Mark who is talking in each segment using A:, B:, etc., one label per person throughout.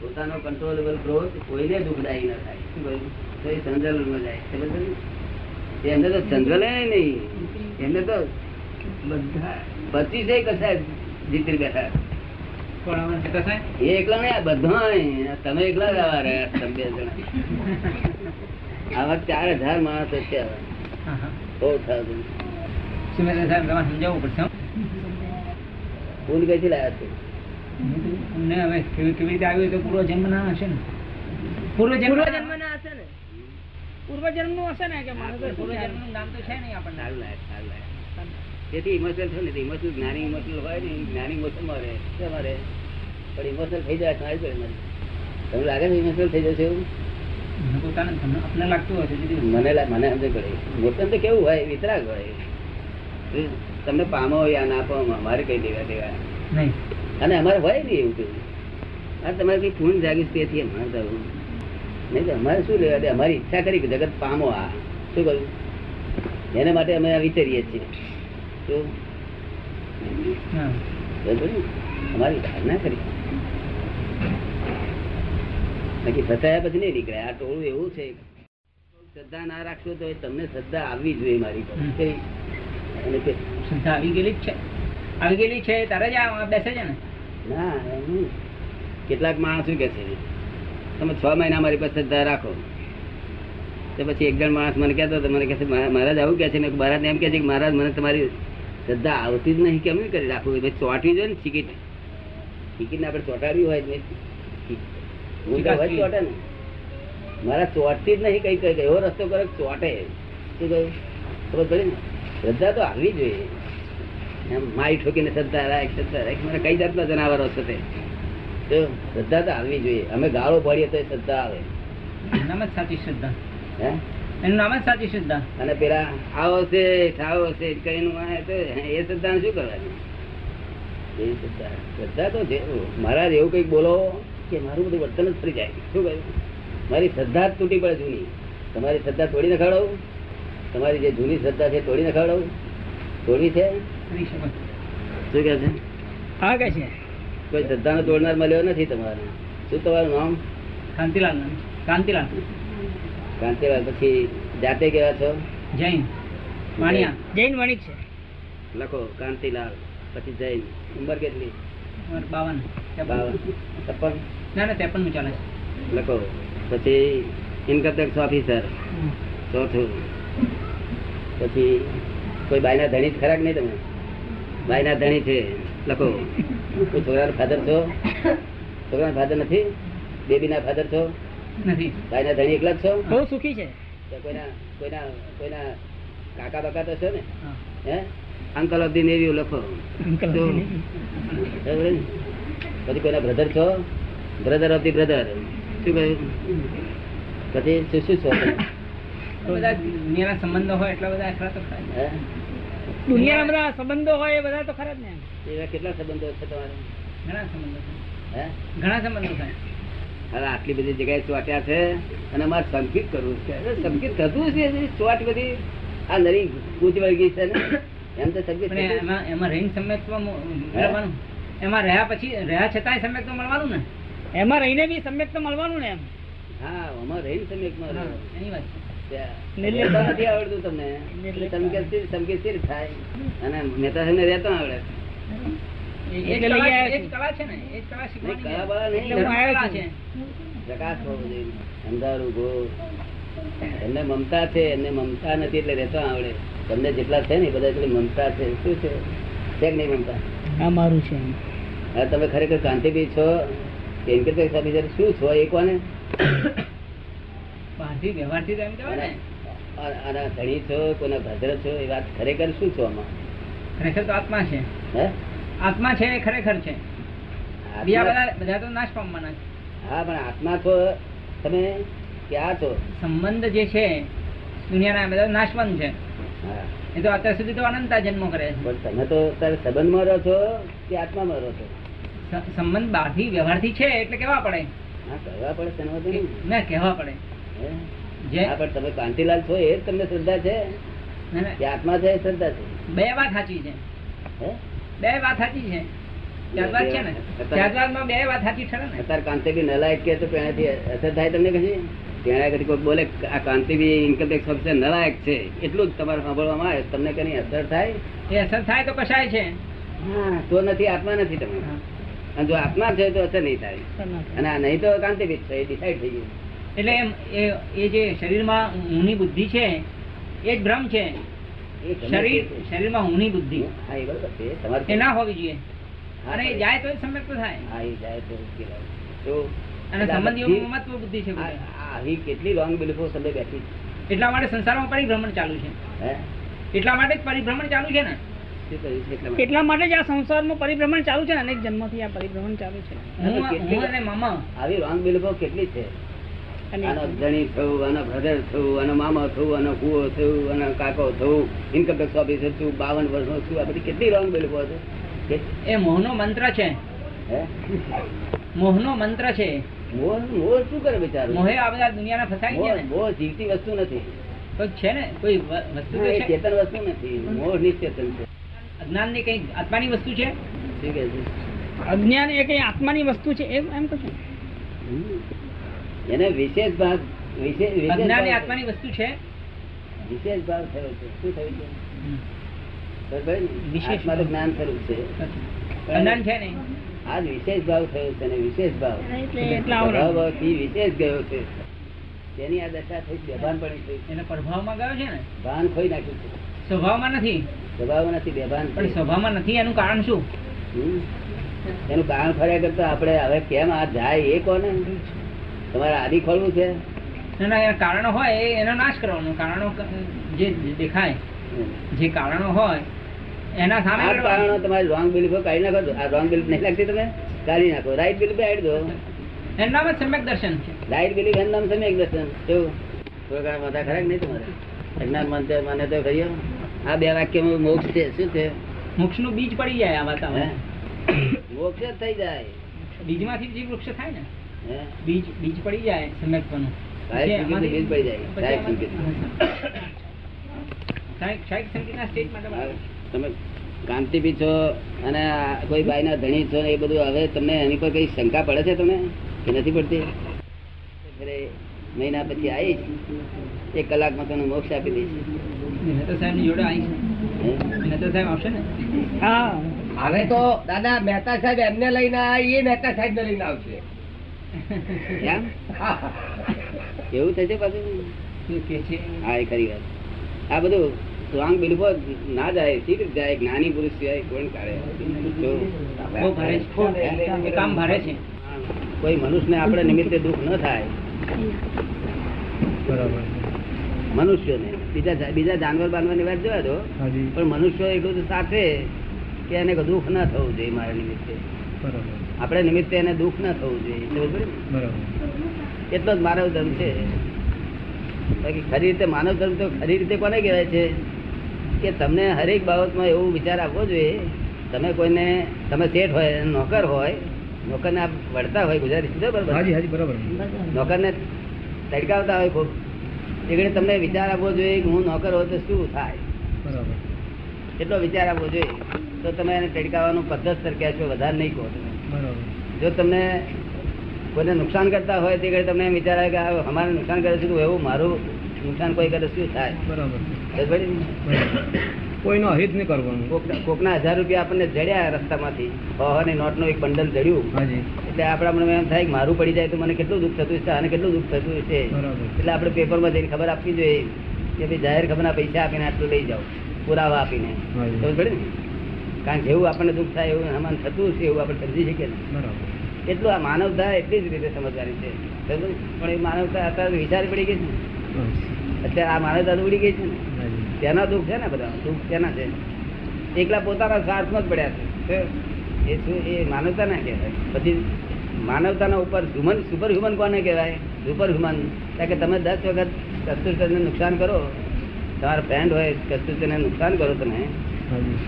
A: પોતાનો controllable growth કોઈને દુઃખદાયી ન થાય શું કહ્યું? તો એ જનરલમાં જાય સમજ પડી? એમને તો જનરલ નહીં એમને તો
B: બધા
A: પચીસ કસાય જીતી બેઠા
B: પણ અમે કસાય
A: એ એકલો નહીં આ બધાય તમે એકલા જ આવા રહ્યા તમે બે જણા આવા ચાર હજાર માણસો છે આવા.
B: હા, હા.
A: બહુ થાતું
B: સુરેન્દ્ર સાહેબ તમારે સમજાવવું પડશે હો.
A: ફૂલ કઈથી લાવ્યા છે
B: અમને હવે કેવી કેવી રીતે આવ્યું એ તો પૂર્વ જન્મ ના હશે ને પૂર્વ જન્મ
C: પૂર્વજન્મના હશે ને પૂર્વજન્મનું હશે ને કે માણસ
B: પૂર્વ જન્મનું નામ તો છે નહીં આપણને
A: સારું લાગે સારું લાગે તેથી ઇમોશનલ છે ને તે ઇમોશનલ જ્ઞાની ઇમોશનલ હોય ને એ જ્ઞાની ઇમોશનમાં રહે શેમાં રહે? પણ ઇમોશનલ થઈ જાય તમારી જોડે મને. તમને લાગે છે ઇમોશનલ થઈ જશે એવું
B: મને પોતાને તમને આપને લાગતું હશે દીદી
A: મને લા- મને સમજ પડે ઇમોશન તો કેવું હોય વિતરાગ હોય એ તમને પામો યા ના પામો અમારે કઈ દેવા દેવા
B: નહીં
A: અને અમારે હોય નહીં એવું કેવું આ તમારે કઈ પૂર્ણ જાગીશ તેથી અમારે જવું નહીં તો અમારે શું લેવા દે અમારી ઈચ્છા કરી કે જગત પામો આ શું કહ્યું એના માટે અમે આ વિચારીએ છીએ શું
B: હા.
A: બરાબર ને? અમારી ધારણા કરી બાકી ફસાયા પછી નહીં નીકળે આ ટોળું એવું છે શ્રદ્ધા ના રાખશો તો એ તમને શ્રદ્ધા આવવી જોઈએ મારી પર
B: હમ.
A: કેવી? અને તે-
B: શ્રદ્ધા આવી ગયેલી જ છે આવી ગયેલી છે તારે જ આ બેસે છે ને
A: ના એમ નહીં. કેટલાક માણસ શું કે છે તમે છ મહિના મારી પાસે શ્રદ્ધા રાખો તો પછી એક જણ માણસ મને કહેતો હતો મને કહે છે "મહા- મહારાજ આવું કહે છે મેં કીધું, મહારાજને એમ કહે છે કે મહારાજ મને તમારી શ્રદ્ધા આવતી જ નહીં કેમ નહીં કરી રાખવું મેં ચોંટવી જોઈએ ને ટિકિટ ટિકિટને આપણે ચોંટાડવી હોય તો હું તો હોય જ ચોંટે ને મારા ચોંટતી જ નહીં કઈ કઈ એવો રસ્તો કરે કે ચોંટે શું કહ્યું ખબર પડી ને શ્રદ્ધા તો આવવી જોઈએ એમ માઈ ઠોકીને શ્રદ્ધા રાખ શ્રદ્ધા રાખ મને કઈ જાતના જનાવરો છો તે તો શ્રદ્ધા તો આવવી જોઈએ અમે ગાળો પાડીએ તો શ્રદ્ધા આવે
B: એનું નામ જ સાચી શ્રદ્ધા
A: હે
B: એનું નામ જ સાચી શ્રદ્ધા
A: અને પેલા આવો છે ઠાવો છે કરીને વાળે તો એ શ્રદ્ધાને શું કરવાનું એ શ્રદ્ધા શ્રદ્ધા તો છે મહારાજ એવું કંઈક બોલો કે મારું બધું વર્તન જ પડી જાય શું કહ્યું મારી શ્રદ્ધા જ તૂટી પડે જૂની તમારી શ્રદ્ધા તોડી નખાડવું તમારી જે જૂની શ્રદ્ધા છે તોડી નખાડવું તોડવી છે
B: કરી શકો
A: શું કહે છે
B: હા કે છે
A: કોઈ શ્રદ્ધાનો તોડનાર મળ્યો નથી તમારે શું તમારું નામ
B: કાંતિલાલ નામ. કાંતિલાલ
A: કાંતિલાલ પછી જાતે કેવા છો
B: જૈન વાણિયા
C: જૈન વણિક છે
A: લખો કાંતિલાલ પછી જૈન ઉંમર કેટલી
B: ઉંમર બાવન
A: બાવન છપ્પન
B: ના ના ત્રેપન નું ચાલે છે
A: લખો પછી ઇન્કમ ટેક્સ ઓફિસર ચોથું પછી કોઈ બાયના ધણી જ ખરા કે નહીં તમે બાયના ધણી છે લખો કોઈ છોકરાના ફાધર છો છોકરાના ફાધર નથી બેબીના ફાધર છો
B: નથી
A: બાયના ધણી એકલા જ છો
C: બહુ સુખી છે
A: તો કોઈના કોઈના કોઈના કાકા બાકા તો છો ને
B: હા.
A: હે અંકલ ઓફ ધી નેવી લખો
C: અંકલ
A: તો- બરાબર ને? પછી કોઈના બ્રધર છો બ્રધર ઓફ ધી બ્રધર શું કહ્યું પછી શું શું છો તમે?
B: આ બધા દુનિયાના સંબંધો હોય એટલા બધા આખરા તો ખરા જ.
A: હે?
C: દુનિયાના બધા સંબંધો હોય એ બધા તો ખરા જ ને
A: એવા કેટલા સંબંધો છે તમારે
B: ઘણા સંબંધો છે.
A: હે
B: ઘણા સંબંધો થાય
A: હવે આટલી બધી જગ્યાએ ચોટ્યા છે અને અમારે સંકિત કરવું છે અરે સંકિત થતું છે એ ચોટ બધી આ નરી ગૂંચ વળી ગઈ છે ને એમ તો સંકિત
B: પણ
A: થતું જ.
B: એમાં એમાં રહીને સમ્યક્ત્વ મ- મળવાનું એમાં રહ્યા પછી રહ્યા છતાંય સમ્યક્ત્વ મળવાનું ને
C: એમાં રહીને બી સમ્યક તો મળવાનું ને એમ
A: હા અમારે રહીને તમે એકમાં રહો.
B: એની વાત છે.
A: નિર્લેપ તો નથી આવડતું તમને
C: નિર્લેપ.
A: સંકેત સંકેત શી રીતે થાય અને મહેતા સાહેબને રહેતા આવડે
B: એ- એ જ
C: એટલે લઈ
B: કલા-
C: આવ્યા
B: એ જ કલા છે ને એ જ કલા શીખવાની
A: કલા બલા નહીં.
B: એટલે હું આવ્યો છું.
A: પ્રકાશ હોવો જોઈએ અંધારું ઘોર એમને મમતા છે એમને મમતા નથી એટલે રહેતા આવડે તમને જેટલા છે ને એ બધા એટલી મમતા છે શું છે છે કે નહીં મમતા
C: આ મારું છે
A: હવે તમે ખરેખર કાંતિભાઈ છો કે ઇન્કમ ટેક્સ ઓફિસર શું છો એ કોને
B: બહારથી વ્યવહારથી તો એમ કહેવાય ને
A: અને અને ધણી છો કોના ભદ્ર છો એ વાત ખરેખર શું છો આમાં
B: ખરેખર તો આત્મા છે
A: હે
B: આત્મા છે એ ખરેખર છે બીજા
A: આત્મા-
B: બધા બધા તો નાશ પામવાના છે.
A: હા પણ આત્મા છો તમે ક્યાં છો
B: સંબંધ જે છે દુનિયાના બધા નાશવંત છે
A: હા
B: એ તો અત્યાર સુધી તો અનંતા જન્મ કરે છે
A: પણ તમે તો અત્યારે સંબંધમાં રહો છો કે આત્મામાં રહો છો
B: સ- સંબંધ બહારથી વ્યવહારથી છે એટલે કેવા પડે
A: હા કરવા પડે તેનો વાંધો નહીં
B: કે- ના કહેવા પડે
A: હે?
B: જે
A: હા પણ તમે કાંતિલાલ છો એ જ તમને શ્રદ્ધા છે
B: ના, ના,
A: કે આત્મા છે એ શ્રદ્ધા છે
B: બે વાત સાચી છે
A: હે
B: બે વાત સાચી છે ત્યારબાદ છે ને ત્યારબાદમાં બે વાત સાચી ઠરે ને
A: અત્યારે કાંતિ બી નલાયક કે તો પેણાથી અસર થાય તમને કશી તેના કદી કોઈ બોલે કે આ કાંતિ બી ઇન્કમટેક્સ ઓફિસર નલાયક છે એટલું જ તમારે સાંભળવામાં આવે તમને કઈ અસર થાય
B: એ અસર થાય તો કશાય છે
A: હા તો નથી આત્મા નથી તમે અને જો આત્મા છે તો અસર નહીં થાય અને આ નહીં તો કાંતિભીત છે એ ડિસાઈડ થઈ ગયું
B: એટલે એમ એ એ જે શરીરમાં ઊની બુદ્ધિ છે એ જ ભ્રમ છે
A: એ ગમે તે
B: શરીર
A: છે.
B: શરીરમાં ઊની બુદ્ધિ
A: હા એ બરોબર છે તમારે
B: એ ના હોવી જોઈએ
A: હા,
B: અને એ જાય તો સમ્યક તો થાય
A: હા એ જાય તો ઉકેલ આવે. તો
B: અને
A: એટલે આ બધી-
B: સંબંધીઓમાં મહત્વ બુદ્ધિ છે
A: આ-
B: બધા.
A: આ આવી કેટલી લોંગ બિલીફો સમય બેઠી છે.
B: એટલા માટે સંસારમાં પરિભ્રમણ ચાલુ છે
A: હે
B: એટલા માટે જ પરિભ્રમણ ચાલુ છે ને
A: શું કહ્યું છે એટલા માટે?
C: એટલા માટે જ આ સંસારમાં પરિભ્રમણ ચાલુ છે ને અનેક જન્મથી આ પરિભ્રમણ ચાલુ છે
B: હું
A: હા, તો
B: હું અને મામા
A: આવી રોંગ બિલીફો કેટલી છે
C: અને
A: આનો ધણી થવું આનો બ્રધર થવું આનો મામા થવું આનો કુવો થવું આનો કાકો થવું ઇન્કમ ટેક્સ ઓફિસર છું બાવન વર્ષનો છું આ બધી કેટલી રોંગ બિલીફો છે કે-
B: એ મોહનો મંત્ર છે
A: હે
B: મોહનો મંત્ર છે
A: મોહ મોહ શું કરે બિચારો
B: મોહે આ બધા દુનિયાના ફસાઈ ગયા
A: મોહ
B: ને
A: મોહ જીવતી વસ્તુ નથી
B: તો છે ને કોઈ વ- વસ્તુ તો
A: હા, એ
B: છે
A: ચેતન વસ્તુ નથી મોહ નિશ્ચેતન છે
B: અજ્ઞાનની કંઈ આત્માની વસ્તુ છે
A: શું કહે છે?
C: અજ્ઞાન એ કઈ આત્માની વસ્તુ છે એમ એમ કહું છું.
A: એને વિશેષ ભાગ વિશેષ વિશેષ
B: અજ્ઞાન એ
A: ભાગ-
B: આત્માની વસ્તુ છે
A: વિશેષ ભાવ થયો છે શું થયું છે ખબર પડી ને?
B: વિશેષ
A: આત્મા તો જ્ઞાન સ્વરૂપ છે
B: અજ્ઞાન છે નહીં
A: આ જ વિશેષ ભાવ થયો છે અને વિશેષ ભાવ
C: એટલે એટલા
A: ભાવ
C: આવરણ
A: ભાવથી વિશેષ ગયો છે તેની આ દશા થઈ બેભાન પડી છે
B: એને પ્રભાવમાં ગયો છે ને
A: ભાન ખોઈ નાખ્યું છે
B: સ્વભાવમાં નથી
A: સ્વભાવ નથી બેભાન
B: પણ
A: છે.
B: સ્વભાવમાં નથી એનું કારણ શું
A: હમ? એનું કારણ ફર્યા કરતા આપણે હવે કેમ આ જાય એ કોને તમારે આદિ ખોલવું છે
B: એના એ કારણો હોય એ એનો નાશ કરવાનો કારણો ક- જે દેખાય
A: હમ.
B: જે કારણો હોય એના સામે
A: આ
B: લડવાનું.
A: કારણો તમારી રોંગ બિલીફો કાઢી નાખો તો. આ રોંગ બિલીફ નહીં લાગતી તમે કાઢી નાખો રાઈટ બિલીફ એડ દો
B: એમનામાં જ સમ્યક દર્શન છે
A: રાઈટ બિલીફ એનું નામ સમ્યક દર્શન કેવું થોડા ઘણા માથા ખરા કે નહીં તમારે અજ્ઞાન મંત્ર મને તો ખરી હો. આ બે વાક્યમાં મોક્ષ છે શું છે
B: મોક્ષનું બીજ પડી જાય આ
A: હે?
B: વાતાવરણ
A: મોક્ષ જ થઈ જાય
B: બીજમાંથી જે વૃક્ષ થાય ને
A: હે?
B: બીજ બીજ પડી જાય સમ્યકપણું.
A: સાહેબ
B: જે
A: સંકેતનું બીજ પડી જાય.
B: પછી
A: સાહેબ
B: આમાંથી- સાહેબ- સાહેબ સંકેતના સ્ટેજમાં તમે-
A: આ તમે કાંતિ બી છો અને આ કોઈ બાઈના ધણી છો ને એ બધું હવે તમને એની પર કઈ શંકા પડે છે તમને કે નથી પડતી એટલે મહિના પછી આવીશ એક કલાકમાં તને મોક્ષ આપી દઈશ
B: મેં તો સાહેબની જોડે આવી
A: હે?
B: છે મેં તો સાહેબ આવશે ને
C: હા
D: હવે તો દાદા મહેતા સાહેબ એમને લઈને આવે એ મહેતા સાહેબ ને લઈને આવશે
A: એમ? એવું થશે પાછું
B: શું કે છે
A: હા એ ખરી વાત આ બધું સ્ટ્રોંગ બિલીફો ના જાય શીખ જાય જ્ઞાની પુરુષ સિવાય કોણ કાઢે જો,
B: બહુ ભારે છે એ કામ ભારે છે
A: કોઈ મનુષ્યને આપણે નિમિત્તે દુઃખ ન થાય મનુષ્યોને બીજા જા- બીજા જાનવર બાનવરની વાત જોવા દો પણ મનુષ્ય એટલું તો સાથે કે એને દુઃખ ન થવું જોઈએ મારા નિમિત્તે આપણે નિમિત્તે એને દુઃખ ન થવું જોઈએ સમજ પડી ને? એટલો જ માનવ ધર્મ છે બાકી ખરી રીતે માનવ ધર્મ તો ખરી રીતે કોને કહેવાય છે કે તમને હરેક બાબતમાં એવો વિચાર આપવો જોઈએ તમે કોઈને તમે શેઠ હોય અને નોકર હોય નોકરને આપ વળતા હોય ગુજરાતી સમજો બરોબર નોકરને તડકાવતા હોય ખૂબ એ ઘડી તમને વિચાર આપવો જોઈએ કે હું નોકર હોય તો શું થાય એટલો વિચાર આપવો જોઈએ તો તમે એને તડકાવાનું પદ્ધતસર કહેશો વધારે નહીં કહો તમે જો તમને કોઈને નુકસાન કરતા હોય તે ઘડી તમને એમ વિચાર આવે કે આ અમારે નુકસાન કરે છે તો એવું મારું નુકસાન કોઈ કરે શું થાય ખબર પડી ને?
D: કોઈનો અહિત નહીં કરવાનું
A: કોકના- કોકના હજાર રૂપિયા આપણને જડ્યા રસ્તામાંથી હોવાની નોટનું એક બંડલ જડ્યું
D: હાજી
A: એટલે આપણા મને એમ થાય કે મારું પડી જાય તો મને કેટલું દુઃખ થતું હશે આને કેટલું દુઃખ થતું હશે
D: બરાબર.
A: એટલે આપણે પેપરમાં જઈને ખબર આપવી જોઈએ કે ભાઈ જાહેર ખબરના પૈસા આપીને આટલું લઈ જાઓ પુરાવા આપીને
D: હા.
A: ખબર પડી ને કારણ કે જેવું આપણને દુઃખ થાય એવું હમણાં થતું હશે એવું આપણે સમજી શકીએ ને
D: બરાબર
A: એટલું આ માનવતા એટલી જ રીતે સમજવાની છે સમજો ને? પણ એ માનવતા અત્યારે વિચાર પડી ગઈ છે ને અત્યારે આ માનવતા તો ઉડી ગઈ છે ને તેના દુઃખ છે ને બધા દુઃખ તેના છે એકલા પોતાના સ્વાર્થમાં જ પડ્યા છે એ શું એ માનવતા ના કહેવાય પછી માનવતાના ઉપર હ્યુમન સુપર હ્યુમન કોને કહેવાય સુપર હ્યુમન કારણ કે તમે દસ વખત કસ્તુરચંદને નુકસાન કરો તમારા ફ્રેન્ડ હોય કસ્તુરચંદને નુકસાન કરો તમે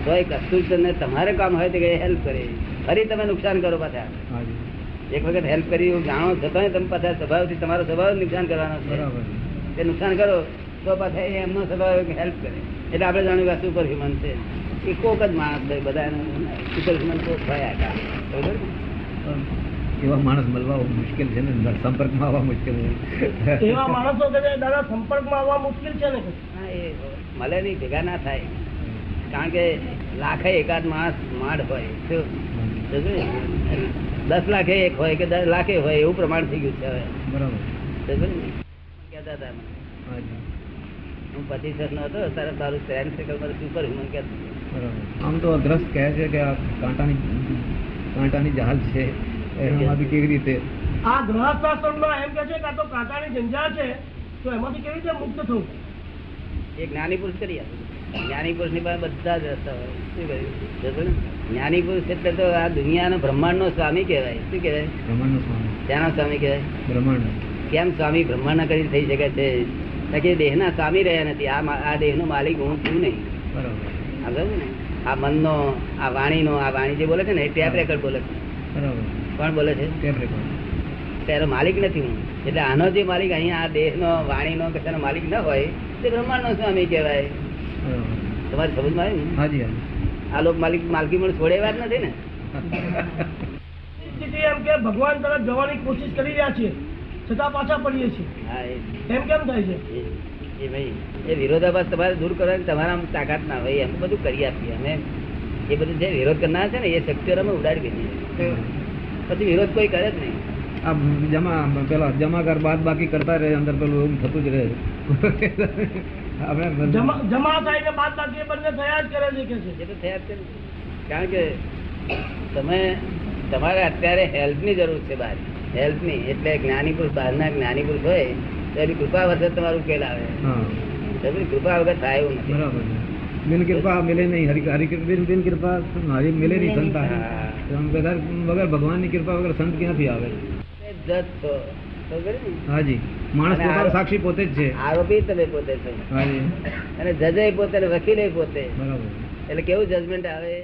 A: તો એ કસ્તુરચંદને તમારે કામ હોય તો કે હેલ્પ કરે ફરી તમે નુકસાન કરો પાછા એક વખત હેલ્પ કરી એવું જાણો છતાંય તમે પાછા સ્વભાવથી તમારો સ્વભાવ જ નુકસાન કરવાનો છે તે નુકસાન કરો તો પાછા એ એમનો સ્વભાવ હેલ્પ કરે એટલે આપણે જાણ્યું કે સુપર હ્યુમન છે એ કોક જ માણસ છે બધા સુપર હ્યુમન કોક થયા હતા બરોબર ને?
E: એવા માણસ મળવા મુશ્કેલ છે ને સંપર્કમાં આવવા મુશ્કેલ છે
F: એવા માણસો કે જે દાદા સંપર્કમાં આવવા મુશ્કેલ છે ને કે
A: હા, એ મળે નહીં ભેગા ના થાય કારણ કે લાખે એકાદ માણસ માડ હોય શું? સમજ્યો ને? દસ લાખે એક હોય કે દસ લાખે હોય એવું પ્રમાણ થઈ ગયું છે હવે
E: બરાબર
A: સમજ્યો ને? કહેતા હતા મને.
E: હા જી,
A: હું પચીસ વર્ષનો હતો ત્યારે તારું ફ્રેન્ડ સર્કલ મારું સુપર હ્યુમન કહેતો હતો.
E: બરાબર આમ તો અગ્રસ્ત કહે છે કે આ કાંટાની કાંટાની જહાજ છે એમાંથી કેવી રીતે
F: આ ગ્રહસ્થાશ્રમમાં એમ કે છે કે આ તો કાંટાની જંજાળ છે તો એમાંથી કેવી રીતે મુક્ત થવું
A: એક જ્ઞાની પુરુષ કરી આપ્યું જ્ઞાની પુરુષની પાસે બધા જ રસ્તા હોય શું કહ્યું સમજ્યો ને? જ્ઞાની પુરુષ એટલે તો આ દુનિયાનો બ્રહ્માંડનો સ્વામી કહેવાય શું કહેવાય
E: બ્રહ્માંડ સ્વામી
A: ત્યાંનો સ્વામી કહેવાય
E: બ્રહ્માંડ
A: કેમ સ્વામી બ્રહ્માંડ કરી થઈ શકે છે કારણ કે દેહના સ્વામી રહ્યા નથી આ મા- આ દેહનો માલિક હું છું નહીં
E: બરાબર
A: સમજાયું ને આ મનનો આ વાણીનો આ વાણી જે બોલે છે ને એ ટેપ રેકર્ડ બોલે છે
E: બરાબર
A: કોણ બોલે છે
E: ટેપ રેકોર્ડ
A: તેનો માલિક નથી હું એટલે આનો જે માલિક અહીંયા આ દેહનો વાણીનો કે તેનો માલિક ન હોય તે બ્રહ્માંડનો સ્વામી કહેવાય
E: બરાબર
A: તમારી સમજમાં આવ્યું ને?
E: હાજી હાજી
A: આ લોક માલિક માલકી પણ છોડે એવા જ નથી ને
F: સ્થિતિ એમ કે ભગવાન તરફ જવાની કોશિશ કરી રહ્યા છીએ છતાં પાછા પડીએ છીએ
A: હા એ
F: એમ કેમ થાય છે
A: એ- એ ભાઈ એ વિરોધાભાસ તમારે દૂર કરવાની તમારા તાકાત ના હોય અમે બધું કરી આપીએ અમે એ બધું જે વિરોધ કરનાર છે ને એ શક્તિઓ અમે ઉડાડી દીધી પછી વિરોધ કોઈ કરે જ નહીં
E: આ જમા પેલા જમાકાર બાદ બાકી કરતા રહે અંદર પેલું એમ થતું જ રહે આપણે બધા-
F: જમા જમા થાય ને બાદ બાકી બંને થયા જ કરે છે કે છે
A: એ તો થયા જ છે ને. કારણ કે તમે તમારે અત્યારે હેલ્પની જરૂર છે બહાર હેલ્પની એટલે જ્ઞાની પુરુષ બહારના જ્ઞાની પુરુષ હોય તો એની કૃપા વગર તમારું ઉકેલ આવે
E: હા
A: એમની કૃપા વગર થાય એવું નથી
E: બરાબર છે. બિન કૃપા મિલે નહીં હરિ હરિ- બિન બિન કૃપા હરિ મિલે નહીં સંતા
A: હા.
E: આમ બધા વગર ભગવાનની કૃપા વગર સંત ક્યાંથી આવે
A: તમે જજ છો ખબર ને?
E: હાજી માણસ
A: અને આ-
E: પોતાનો સાક્ષી પોતે જ છે
A: આરોપી તમે પોતે છો
E: હાજી
A: અને જજે પોતે અને વકીલે પોતે
E: બરાબર
A: એટલે કેવું જજમેન્ટ આવે